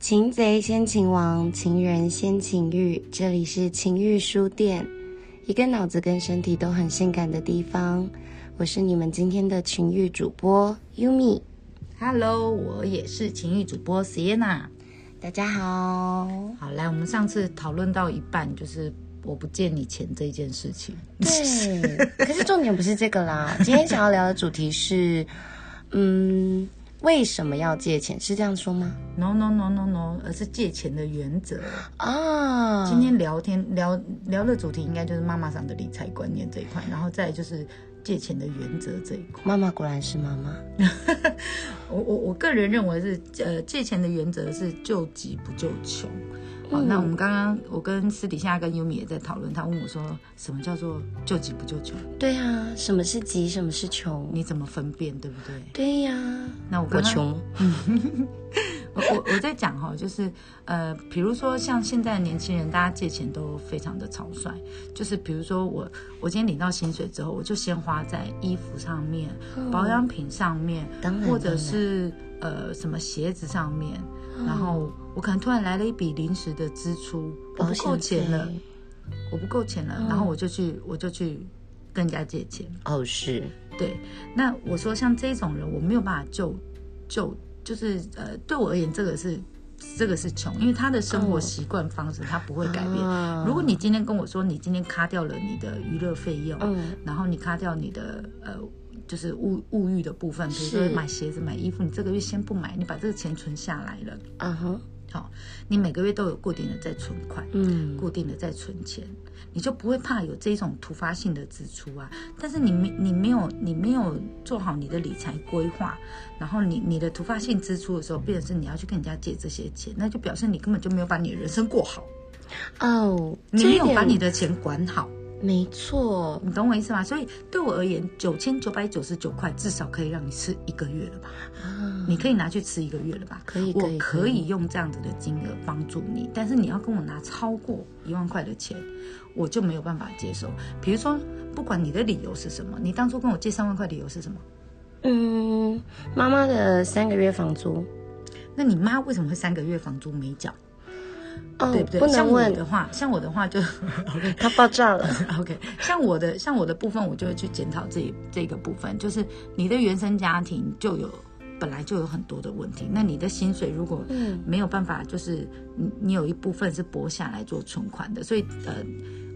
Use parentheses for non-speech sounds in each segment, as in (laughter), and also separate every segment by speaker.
Speaker 1: 擒贼先擒王，擒人先擒欲。这里是情欲书店，一个脑子跟身体都很性感的地方。我是你们今天的情欲主播 Yumi，
Speaker 2: Hello，我也是情欲主播 Sienna。
Speaker 1: 大家好。
Speaker 2: 好，来，我们上次讨论到一半，就是我不见你钱这件事情。
Speaker 1: 对，可是重点不是这个啦。今天想要聊的主题是，嗯，为什么要借钱？是这样说吗？
Speaker 2: No No No No No，而是借钱的原则。
Speaker 1: 啊，
Speaker 2: 今天聊天聊聊的主题应该就是妈妈桑的理财观念这一块，然后再来就是借钱的原则这一块。
Speaker 1: 妈妈果然是妈妈。
Speaker 2: 我我我个人认为是，呃，借钱的原则是救急不救穷。好，那我们刚刚我跟私底下跟优米也在讨论，他问我说，什么叫做救急不救穷？
Speaker 1: 对啊，什么是急，什么是穷？
Speaker 2: 你怎么分辨，对不对？
Speaker 1: 对呀、
Speaker 2: 那我刚
Speaker 1: 我
Speaker 2: 刚
Speaker 1: 穷。
Speaker 2: 我我我在讲哈、就是呃，比如说像现在的年轻人，大家借钱都非常的草率。就是比如说我我今天领到薪水之后，我就先花在衣服上面、保养品上面，
Speaker 1: 哦当然哦
Speaker 2: 或者是呃什么鞋子上面，然后我可能突然来了一笔临时的支出，我
Speaker 1: 保
Speaker 2: 不
Speaker 1: 险
Speaker 2: 够钱了
Speaker 1: 费，
Speaker 2: 我不够钱了，然后我就去我就去跟人家借钱。
Speaker 1: 哦，是
Speaker 2: 对，那我说像这种人，我没有办法救救，就是呃，对我而言，这个是这个是穷，因为他的生
Speaker 1: 嗯
Speaker 2: 活习惯方式他不会改变。
Speaker 1: 啊
Speaker 2: 如果你今天跟我说你今天卡掉了你的娱乐费用，
Speaker 1: 嗯
Speaker 2: 然后你卡掉你的呃。就是物物欲的部分，比如说
Speaker 1: 是
Speaker 2: 买鞋子、买衣服，你这个月先不买，你把这个钱存下来了，
Speaker 1: 啊哈，
Speaker 2: 好、你每个月都有固定的在存款，
Speaker 1: 嗯，
Speaker 2: 固定的在存钱，你就不会怕有这种突发性的支出啊。但是你没你没有你没有做好你的理财规划，然后你你的突发性支出的时候，变成是你要去跟人家借这些钱，那就表示你根本就没有把你的人生过好，
Speaker 1: 哦，
Speaker 2: 你
Speaker 1: 这
Speaker 2: 没
Speaker 1: 一
Speaker 2: 有把
Speaker 1: 点
Speaker 2: 你的钱管好，
Speaker 1: 没错
Speaker 2: 你懂我意思吗？所以对我而言，九千九百九十九块至少可以让你吃一个月了吧。
Speaker 1: 啊，
Speaker 2: 你可以拿去吃一个月了吧？
Speaker 1: 可以可以
Speaker 2: 我
Speaker 1: 可
Speaker 2: 可
Speaker 1: 以
Speaker 2: 以用这样子的金额帮助你，但是你要跟我拿超过一万块的钱，我就没有办法接受。比如说，不管你的理由是什么，你当初跟我借三万块理由是什么？
Speaker 1: 嗯，妈妈的三个月房租，
Speaker 2: 那你妈为什么会三个月房租没缴？
Speaker 1: 哦
Speaker 2: 对不，对？
Speaker 1: 不
Speaker 2: 像
Speaker 1: 能
Speaker 2: 我
Speaker 1: 问，
Speaker 2: 的话，像我的话就 (laughs) OK
Speaker 1: 他爆炸了，
Speaker 2: (laughs) OK，像我的像我的部分，我就会去检讨这这个部分，就是你的原生家庭就有本来就有很多的问题，那你的薪水如果
Speaker 1: 嗯
Speaker 2: 没有办法，就是你你有一部分是拨下来做存款的，所以呃，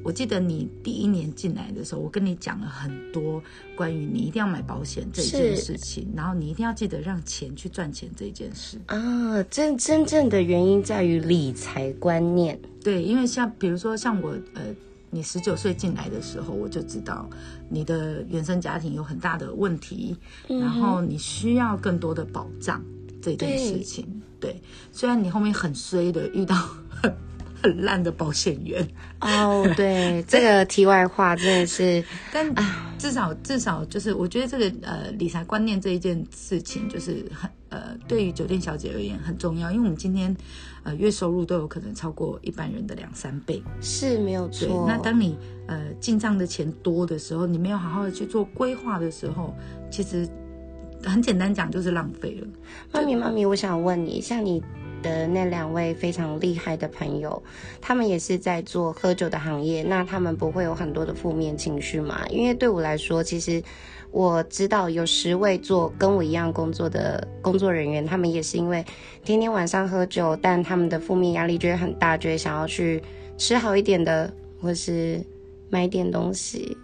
Speaker 2: 我记得你第一年进来的时候，我跟你讲了很多关于你一定要买保险这件
Speaker 1: 是
Speaker 2: 事情，然后你一定要记得让钱去赚钱这件事。
Speaker 1: 啊，真真正的原因在于理财观念，
Speaker 2: 对，因为像比如说像我呃，你十九岁进来的时候，我就知道你的原生家庭有很大的问题，然后你需要更多的保障这件事情。对，虽然你后面很衰的遇到很很烂的保险员，
Speaker 1: 哦， (laughs) 对，这个题外话真的是，
Speaker 2: 但至少至少就是，我觉得这个呃理财观念这一件事情，就是很呃，对于酒店小姐而言很重要，因为我们今天呃月收入都有可能超过一般人的两三倍。
Speaker 1: 是没有
Speaker 2: 对，
Speaker 1: 错，
Speaker 2: 那当你呃进账的钱多的时候，你没有好好的去做规划的时候，其实很简单讲就是浪费了。
Speaker 1: 妈咪，妈咪，我想问你，像你的那两位非常厉害的朋友，他们也是在做喝酒的行业，那他们不会有很多的负面情绪吗？因为对我来说，其实我知道有十位做跟我一样工作的工作人员，他们也是因为天天晚上喝酒，但他们的负面压力就会很大，就会想要去吃好一点的，或是买点东西。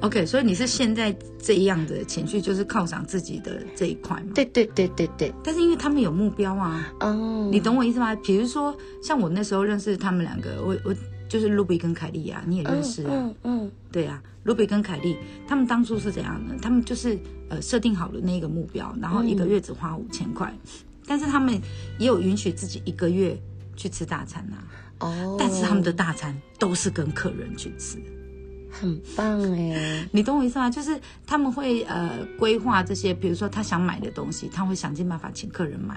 Speaker 2: OK，所以你是现在这样的情绪，就是犒赏自己的这一块嘛？
Speaker 1: 对对对对对，
Speaker 2: 但是因为他们有目标啊，
Speaker 1: 哦，
Speaker 2: 你懂我意思吗？比如说像我那时候认识他们两个，我我就是露比跟凯莉啊，你也认识啊，
Speaker 1: 嗯嗯
Speaker 2: 对啊，卢比跟凯莉他们当初是怎样呢？他们就是呃设定好了那个目标，然后一个月只花五千块，但是他们也有允许自己一个月去吃大餐啊，
Speaker 1: 嗯，哦，
Speaker 2: 但是他们的大餐都是跟客人去吃，
Speaker 1: 哦很棒哎。
Speaker 2: 你懂我意思吗？就是他们会呃规划这些，比如说他想买的东西，他会想尽办法请客人买。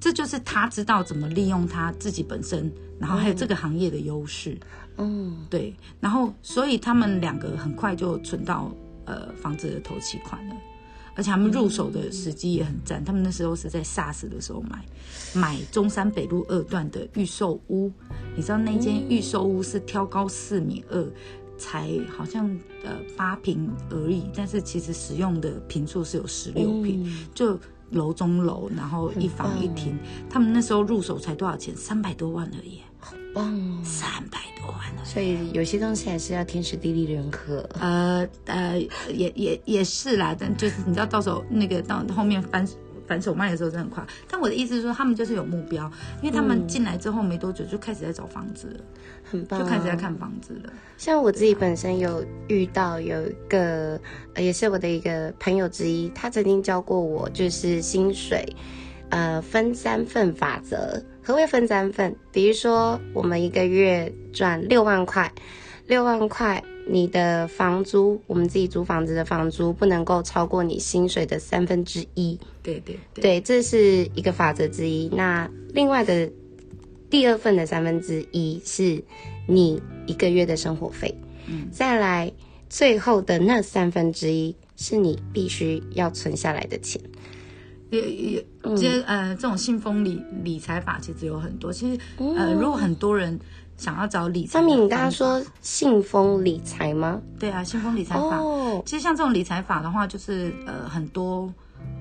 Speaker 2: 这就是他知道怎么利用他自己本身，然后还有这个行业的优势。
Speaker 1: 嗯，
Speaker 2: 对，然后所以他们两个很快就存到呃房子的头期款了，而且他们入手的时机也很赞，他们那时候是在 SARS 的时候买，买中山北路二段的预售屋，你知道那间预售屋是挑高四米二。才好像呃八平而已，但是其实使用的平数是有十六平，
Speaker 1: 嗯
Speaker 2: 就楼中楼，然后一房一厅。他们那时候入手才多少钱？三百多万而已，
Speaker 1: 棒哦！
Speaker 2: 三百多万而已。
Speaker 1: 所以有些东西还是要天时地利人和。
Speaker 2: 呃呃，也也也是啦，但就是你知道，到时候那个到后面反反手卖的时候真的很快。但我的意思是说，他们就是有目标，因为他们进来之后没多久就开始在找房子了，
Speaker 1: 很棒、啊，
Speaker 2: 就开始在看房子了。
Speaker 1: 像我自己本身有遇到有一个，呃也是我的一个朋友之一，他曾经教过我，就是薪水，呃，分三份法则。何谓分三份？比如说，我们一个月赚六万块，六万块，你的房租，我们自己租房子的房租不能够超过你薪水的三分之一。
Speaker 2: 对对对，
Speaker 1: 对，这是一个法则之一。那另外的第二份的三分之一是你一个月的生活费，
Speaker 2: 嗯，
Speaker 1: 再来最后的那三分之一是你必须要存下来的钱。
Speaker 2: 也也，
Speaker 1: 嗯
Speaker 2: 其实呃，这种信封理理财法其实有很多。其实呃，如果很多人想要找理财
Speaker 1: 张
Speaker 2: 的方
Speaker 1: 敏，哦
Speaker 2: 法，
Speaker 1: 你刚刚说信封理财吗？
Speaker 2: 对啊，信封理财法。
Speaker 1: 哦，
Speaker 2: 其实像这种理财法的话，就是呃，很多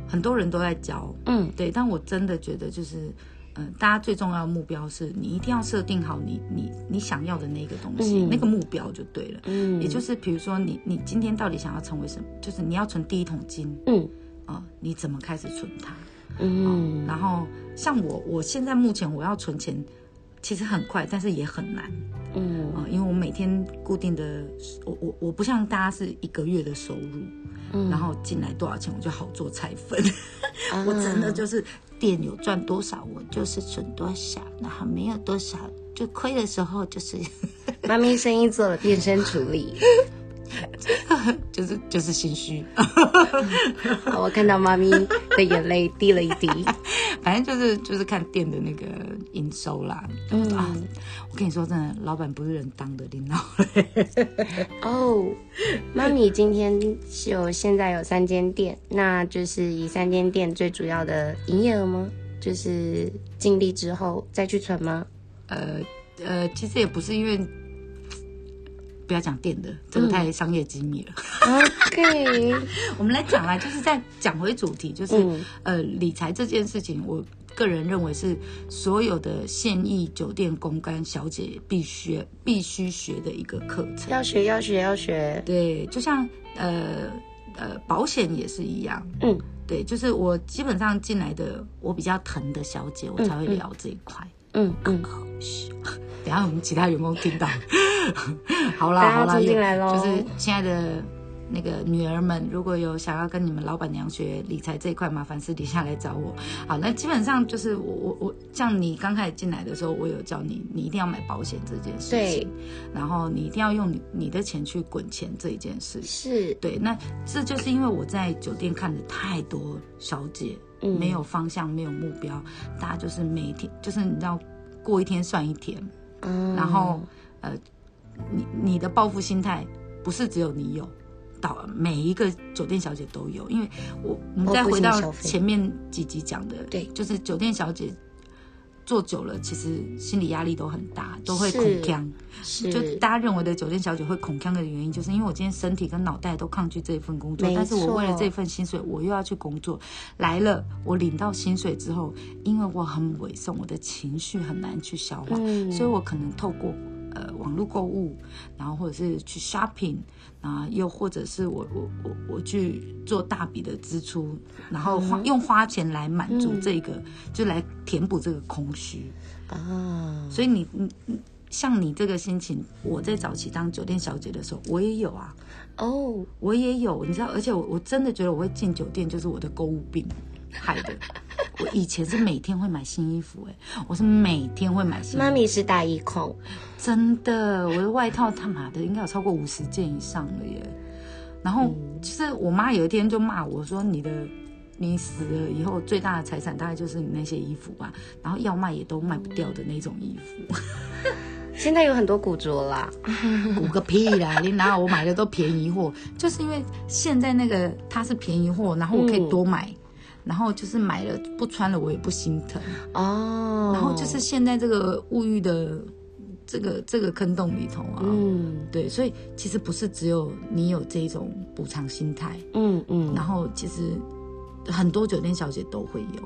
Speaker 2: 很多人都在教，
Speaker 1: 嗯，
Speaker 2: 对。但我真的觉得就是，嗯、大家最重要的目标是你一定要设定好你你你想要的那个东西，
Speaker 1: 嗯
Speaker 2: 那个目标就对了。
Speaker 1: 嗯，
Speaker 2: 也就是比如说你你今天到底想要成为什么，就是你要存第一桶金
Speaker 1: 嗯
Speaker 2: 啊、你怎么开始存它？啊
Speaker 1: 嗯
Speaker 2: 然后像我，我现在目前我要存钱，其实很快，但是也很难
Speaker 1: 嗯
Speaker 2: 啊、因为我每天固定的，我我我不像大家是一个月的收入，
Speaker 1: 嗯
Speaker 2: 然后进来多少钱我就好做拆分，
Speaker 1: 啊
Speaker 2: 我真的就是店有赚多少我就是存多少，然后没有多少就亏的时候就是 (laughs)
Speaker 1: 妈咪生意做了变身处理，
Speaker 2: 就是就是心虚，
Speaker 1: 好我看到妈咪的眼泪滴了一
Speaker 2: (laughs)
Speaker 1: 滴。
Speaker 2: 反正就是就是看店的那个营收啦。
Speaker 1: 嗯
Speaker 2: 啊，我跟你说真的，老板不是人当的，领导。
Speaker 1: 哦，妈咪今天是有现在有三间店，那就是以三间店最主要的营业额吗？就是尽力之后再去存吗？
Speaker 2: 呃呃，其实也不是因为，不要讲店的，这个太商业机密了。
Speaker 1: OK，
Speaker 2: 我们来讲啦，就是再讲回主题，就是、
Speaker 1: 嗯
Speaker 2: 呃，理财这件事情，我个人认为是所有的现役酒店公关小姐必学必须学的一个课程。
Speaker 1: 要学要学要学，
Speaker 2: 对，就像呃呃，保险也是一样。
Speaker 1: 嗯，
Speaker 2: 对，就是我基本上进来的，我比较疼的小姐，我才会聊这一块。
Speaker 1: 嗯嗯，
Speaker 2: 等一下我们其他员工听到， (laughs) 好
Speaker 1: 大
Speaker 2: 啦
Speaker 1: 家
Speaker 2: 好啦，
Speaker 1: 冲进来咯
Speaker 2: 就是亲爱的那个女儿们，如果有想要跟你们老板娘学理财这一块，麻烦私底下来找我。好，那基本上就是我我我，像你刚开始进来的时候，我有教你，你一定要买保险这件事
Speaker 1: 对
Speaker 2: 情，，然后你一定要用你你的钱去滚钱这一件事情。
Speaker 1: 是，
Speaker 2: 对，那这就是因为我在酒店看的太多小姐，
Speaker 1: 嗯
Speaker 2: 没有方向，没有目标，大家就是每天就是你知道过一天算一天，
Speaker 1: 嗯
Speaker 2: 然后呃，你你的报复心态不是只有你有，到每一个酒店小姐都有，因为我我们再
Speaker 1: 报复
Speaker 2: 回
Speaker 1: 性的
Speaker 2: 到
Speaker 1: 消费
Speaker 2: 前面几集讲的，
Speaker 1: 对
Speaker 2: 就是酒店小姐做久了，其实心理压力都很大，都会
Speaker 1: 是
Speaker 2: 恐腔。就是大家认为的酒店小姐会恐腔的原因，就是因为我今天身体跟脑袋都抗拒这份工作
Speaker 1: 没，
Speaker 2: 但是我
Speaker 1: 错
Speaker 2: 为了这份薪水，我又要去工作。来了，我领到薪水之后，因为我很委送，我的情绪很难去消化，
Speaker 1: 嗯
Speaker 2: 所以我可能透过呃网络购物，然后或者是去 shopping，啊，又或者是我我我我去做大笔的支出，然后花、用花钱来满足这个，就来填补这个空虚。
Speaker 1: 啊，
Speaker 2: 所以你你你像你这个心情，我在早期当酒店小姐的时候，我也有啊，
Speaker 1: 哦，
Speaker 2: 我也有，你知道，而且我我真的觉得我会进酒店，就是我的购物病害的。我以前是每天会买新衣服、哎，我是每天会买新衣
Speaker 1: 妈
Speaker 2: 服，
Speaker 1: 咪是大一控，
Speaker 2: 真的，我的外套他妈的应该有超过五十件以上了耶。然后就是我妈有一天就骂我说：“你的，你死了以后最大的财产大概就是你那些衣服吧，然后要卖也都卖不掉的那种衣服。”
Speaker 1: 现在有很多古着啦，
Speaker 2: (laughs) 鼓个屁啦！你哪有我买的都便宜货？就是因为现在那个它是便宜货，然后我可以多买，然后就是买了不穿了我也不心疼。
Speaker 1: 哦，
Speaker 2: 然后就是现在这个物欲的这个这个坑洞里头啊，
Speaker 1: 嗯
Speaker 2: 对，所以其实不是只有你有这种补偿心态，
Speaker 1: 嗯嗯，
Speaker 2: 然后其实很多酒店小姐都会有。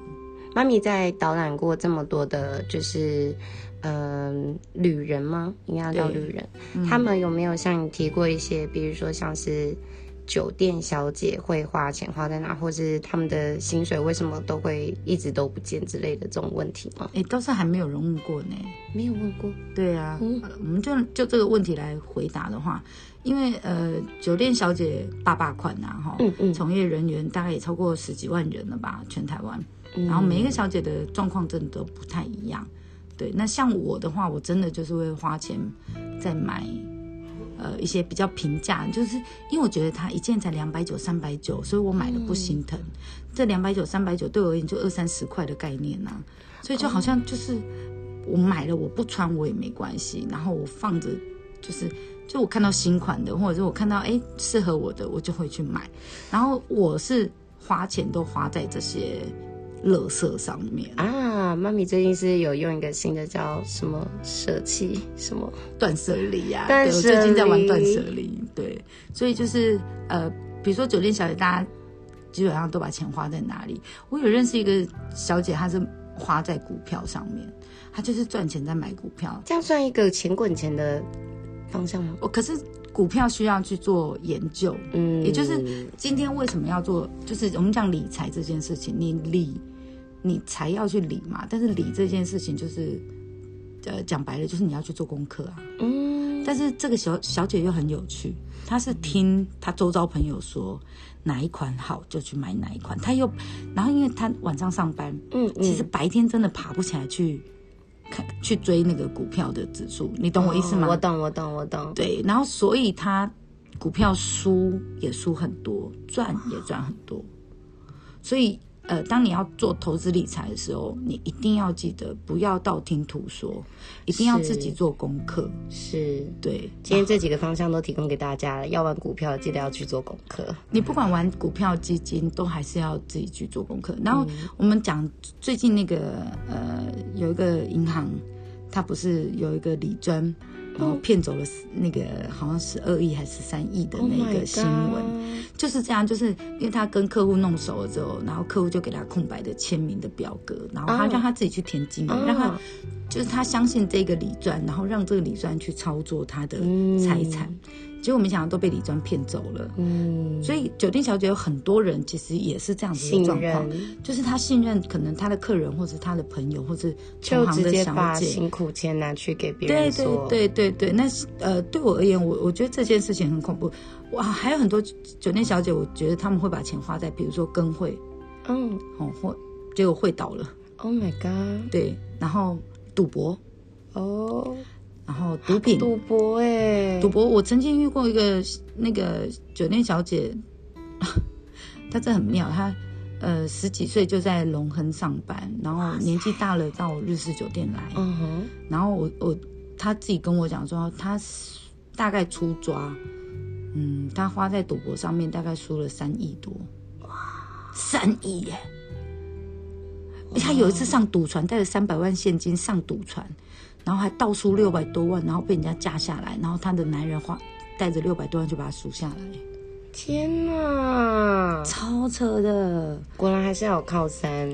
Speaker 1: 妈咪在导览过这么多的，就是嗯、旅人吗？应该要叫
Speaker 2: 对嗯
Speaker 1: 旅人，他们有没有向你提过一些，比如说像是酒店小姐会花钱花在哪，或是他们的薪水为什么都会一直都不见之类的这种问题吗？
Speaker 2: 哎，倒是还没有人问过呢。
Speaker 1: 没有问过，
Speaker 2: 对啊，
Speaker 1: 嗯
Speaker 2: 呃我们就就这个问题来回答的话，因为呃，酒店小姐爸爸款呐、哈、
Speaker 1: 嗯嗯
Speaker 2: 从业人员大概也超过十几万人了吧，全台湾。
Speaker 1: 嗯
Speaker 2: 然后每一个小姐的状况真的都不太一样。对，那像我的话，我真的就是会花钱在买。呃，一些比较平价，就是因为我觉得它一件才两百九、三百九，所以我买了不心疼。这两百九、三百九对我而言就二三十块的概念呐、所以就好像就是我买了我不穿我也没关系，然后我放着就是。就我看到新款的，或者是我看到哎适合我的，我就会去买。然后我是花钱都花在这些乐色上面，
Speaker 1: 啊，妈咪最近是有用一个新的叫什么舍弃什么，
Speaker 2: 断舍离呀、
Speaker 1: 断
Speaker 2: 对，我
Speaker 1: 舍
Speaker 2: 最近在玩断
Speaker 1: 离
Speaker 2: 舍离，对，所以就是呃，比如说酒店小姐，大家基本上都把钱花在哪里？我有认识一个小姐，她是花在股票上面，她就是赚钱在买股票，
Speaker 1: 这样算一个钱滚钱的方向吗？
Speaker 2: 我可是股票需要去做研究，
Speaker 1: 嗯，
Speaker 2: 也就是今天为什么要做，就是我们讲理财这件事情，你理你才要去理嘛，但是理这件事情就是。呃，讲白了就是你要去做功课啊。
Speaker 1: 嗯
Speaker 2: 但是这个小小姐又很有趣，她是听她周遭朋友说哪一款好就去买哪一款，她又，然后因为她晚上上班，
Speaker 1: 嗯，
Speaker 2: 其实白天真的爬不起来去看去追那个股票的指数，你嗯懂我意思吗？
Speaker 1: 哦我懂，我懂，我懂。
Speaker 2: 对，然后所以他股票输也输很多，赚也赚很多。所以呃，当你要做投资理财的时候，你一定要记得不要道听途说，一定要自己
Speaker 1: 是
Speaker 2: 做功课。
Speaker 1: 是，
Speaker 2: 对，
Speaker 1: 今天这几个方向都提供给大家了。要玩股票，记得要去做功课。
Speaker 2: 你不管玩股票、基金，都还是要自己去做功课。然后我们讲最近那个呃，有一个银行，它不是有一个李专，然后骗走了那个好像十二亿还是三亿的
Speaker 1: Oh
Speaker 2: 那个新闻。就是这样，就是因为他跟客户弄熟了之后，然后客户就给他空白的签名的表格，然后他
Speaker 1: 哦
Speaker 2: 让他自己去填金额，
Speaker 1: 哦
Speaker 2: 让他就是他相信这个李专，然后让这个李专去操作他的财产，结果没想到都被李专骗走了。
Speaker 1: 嗯，
Speaker 2: 所以酒店小姐有很多人其实也是这样子的
Speaker 1: 信
Speaker 2: 状况，
Speaker 1: 任
Speaker 2: 就是他信任可能他的客人或者他的朋友或者同
Speaker 1: 就
Speaker 2: 行
Speaker 1: 直
Speaker 2: 的
Speaker 1: 接
Speaker 2: 小
Speaker 1: 把
Speaker 2: 姐，
Speaker 1: 辛苦钱拿去给别
Speaker 2: 对
Speaker 1: 人
Speaker 2: 对
Speaker 1: 做。
Speaker 2: 对对对，那是呃，对我而言，我我觉得这件事情很恐怖。哇，还有很多酒店小姐，我觉得他们会把钱花在，比如说跟会，
Speaker 1: 嗯
Speaker 2: 哦，或结果会倒了，
Speaker 1: ，Oh my god，
Speaker 2: 对，然后赌博，
Speaker 1: 哦，
Speaker 2: 然后毒品，
Speaker 1: 赌博哎，
Speaker 2: 赌博。我曾经遇过一个那个酒店小姐， (laughs) 她真的很妙，她呃十几岁就在龙亨上班，然后年纪大了到日式酒店来，
Speaker 1: 嗯哼，
Speaker 2: 然后我我他自己跟我讲说，他大概出抓，嗯，他花在赌博上面大概输了三亿多，三亿耶！他有一次上赌船，带了三百万现金上赌船，然后还倒输六百多万，然后被人家架下来，然后他的男人花带着六百多万就把他赎下来，
Speaker 1: 天哪，
Speaker 2: 超扯的。
Speaker 1: 果然还是要有靠山。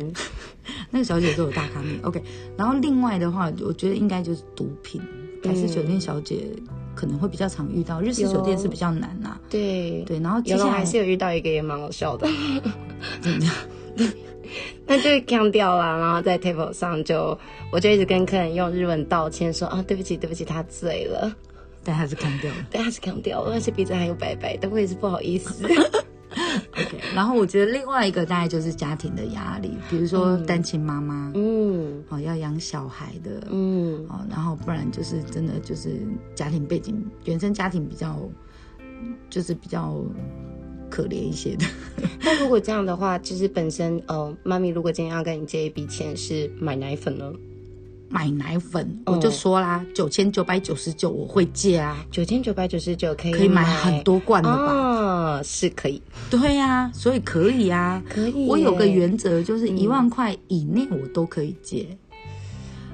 Speaker 2: 那个小姐都有大咖
Speaker 1: 嗯
Speaker 2: 面，OK。然后另外的话，我觉得应该就是毒品，还是酒店小姐可能会比较常遇到，日式酒店是比较难啦、
Speaker 1: 对
Speaker 2: (laughs) 对，然后哦接
Speaker 1: 嗯有
Speaker 2: 下
Speaker 1: 龙
Speaker 2: 来
Speaker 1: 还是有遇到一个也蛮好笑的，
Speaker 2: (laughs) 怎么样？
Speaker 1: (laughs) 那就干掉啦，然后在 table 上就我就一直跟客人用日文道歉说啊对不起对不起他醉了，
Speaker 2: 但还是看掉了。
Speaker 1: 对他是干掉了，而且鼻子还有白白的，我也是不好意
Speaker 2: (laughs)
Speaker 1: 思。
Speaker 2: OK，然后我觉得另外一个大概就是家庭的压力，比如说单亲妈妈，
Speaker 1: 嗯
Speaker 2: 哦，要养小孩的，
Speaker 1: 嗯
Speaker 2: 哦，然后不然就是真的就是家庭背景，原生家庭比较就是比较可怜一些的。 (laughs)
Speaker 1: 那如果这样的话，就是本身呃，妈咪如果今天要跟你借一笔钱是买奶粉呢？
Speaker 2: 买奶粉，我
Speaker 1: 嗯
Speaker 2: 就说啦，九千九百九十九我会借啊，
Speaker 1: 九千九百九十九可以
Speaker 2: 可以买很多罐的吧？
Speaker 1: 哦，是可以，
Speaker 2: 对呀、所以可以啊。
Speaker 1: 可以耶。嗯
Speaker 2: 我有个原则，就是一万块以内我都可以借，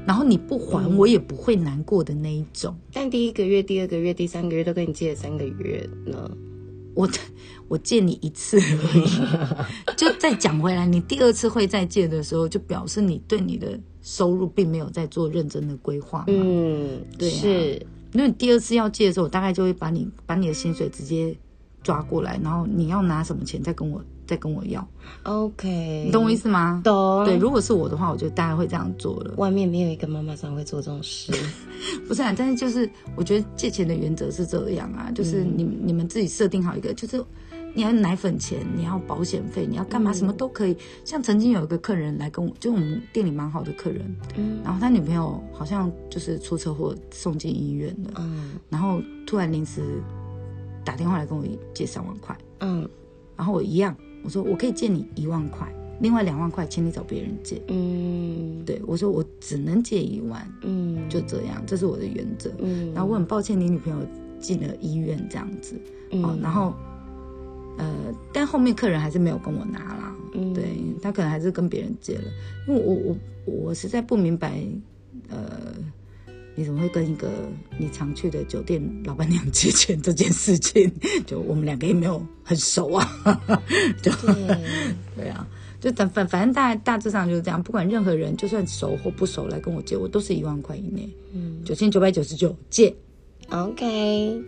Speaker 2: 然后你不还
Speaker 1: 嗯
Speaker 2: 我也不会难过的那一种。
Speaker 1: 但第一个月、第二个月、第三个月都跟你借了三个月呢。
Speaker 2: 我 (laughs) 我借你一次而
Speaker 1: (laughs)
Speaker 2: 已，就再讲回来，你第二次会再借的时候，就表示你对你的收入并没有在做认真的规划嘛。
Speaker 1: 嗯，
Speaker 2: 对啊
Speaker 1: 是，
Speaker 2: 因为你第二次要借的时候，我大概就会把你把你的薪水直接抓过来，然后你要拿什么钱再跟我再跟我要，
Speaker 1: OK，
Speaker 2: 你懂我意思吗？
Speaker 1: 懂。
Speaker 2: 对，，如果是我的话，我就大概会这样做了。
Speaker 1: 外面没有一个妈妈桑会做这种事。
Speaker 2: 不是、啊，但是就是我觉得借钱的原则是这样啊，就是你、你们自己设定好一个，就是你要奶粉钱，你要保险费，你要干嘛，什么都可以。像曾经有一个客人来跟我，就我们店里蛮好的客人，
Speaker 1: 嗯
Speaker 2: 然后他女朋友好像就是出车祸送进医院了，
Speaker 1: 嗯
Speaker 2: 然后突然临时打电话来跟我借三万块，
Speaker 1: 嗯
Speaker 2: 然后我一样，我说我可以借你一万块，另外两万块请你找别人借。
Speaker 1: 嗯
Speaker 2: 对我说我只能借一万，
Speaker 1: 嗯，
Speaker 2: 就这样，这是我的原则。
Speaker 1: 嗯，
Speaker 2: 然后我很抱歉，你女朋友进了医院这样子，
Speaker 1: 嗯
Speaker 2: 哦，然后，呃，但后面客人还是没有跟我拿啦，
Speaker 1: 嗯
Speaker 2: 对他可能还是跟别人借了，因为我我我我实在不明白，呃，你怎么会跟一个你常去的酒店老板娘 (laughs) 借钱这件事情？就我们两个也没有很熟啊，就
Speaker 1: (laughs) 对，
Speaker 2: 对啊，就反反反正大大致上就是这样，不管任何人，就算熟或不熟来跟我借，我都是一万块以内，
Speaker 1: 嗯
Speaker 2: 九千九百九十九借。
Speaker 1: ，OK，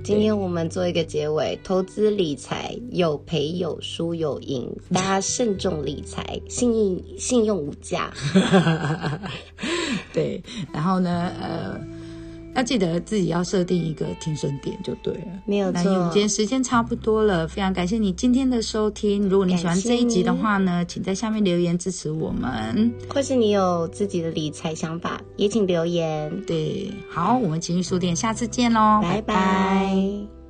Speaker 1: 今天我们做一个结尾，投资理财有赔有输有赢，大 (laughs) 家慎重理财，信用信用无价。
Speaker 2: 对，然后呢，呃，要记得自己要设定一个停损点就对了。
Speaker 1: 没有
Speaker 2: 那
Speaker 1: 错
Speaker 2: 因为我们今天时间差不多了，非常感谢你今天的收听。如果你喜欢
Speaker 1: 感谢
Speaker 2: 这一集的
Speaker 1: 你
Speaker 2: 话呢，请在下面留言支持我们。
Speaker 1: 或是你有自己的理财想法，也请留言。
Speaker 2: 对，好，我们情绪书店下次见喽，
Speaker 1: 拜拜。
Speaker 2: 拜拜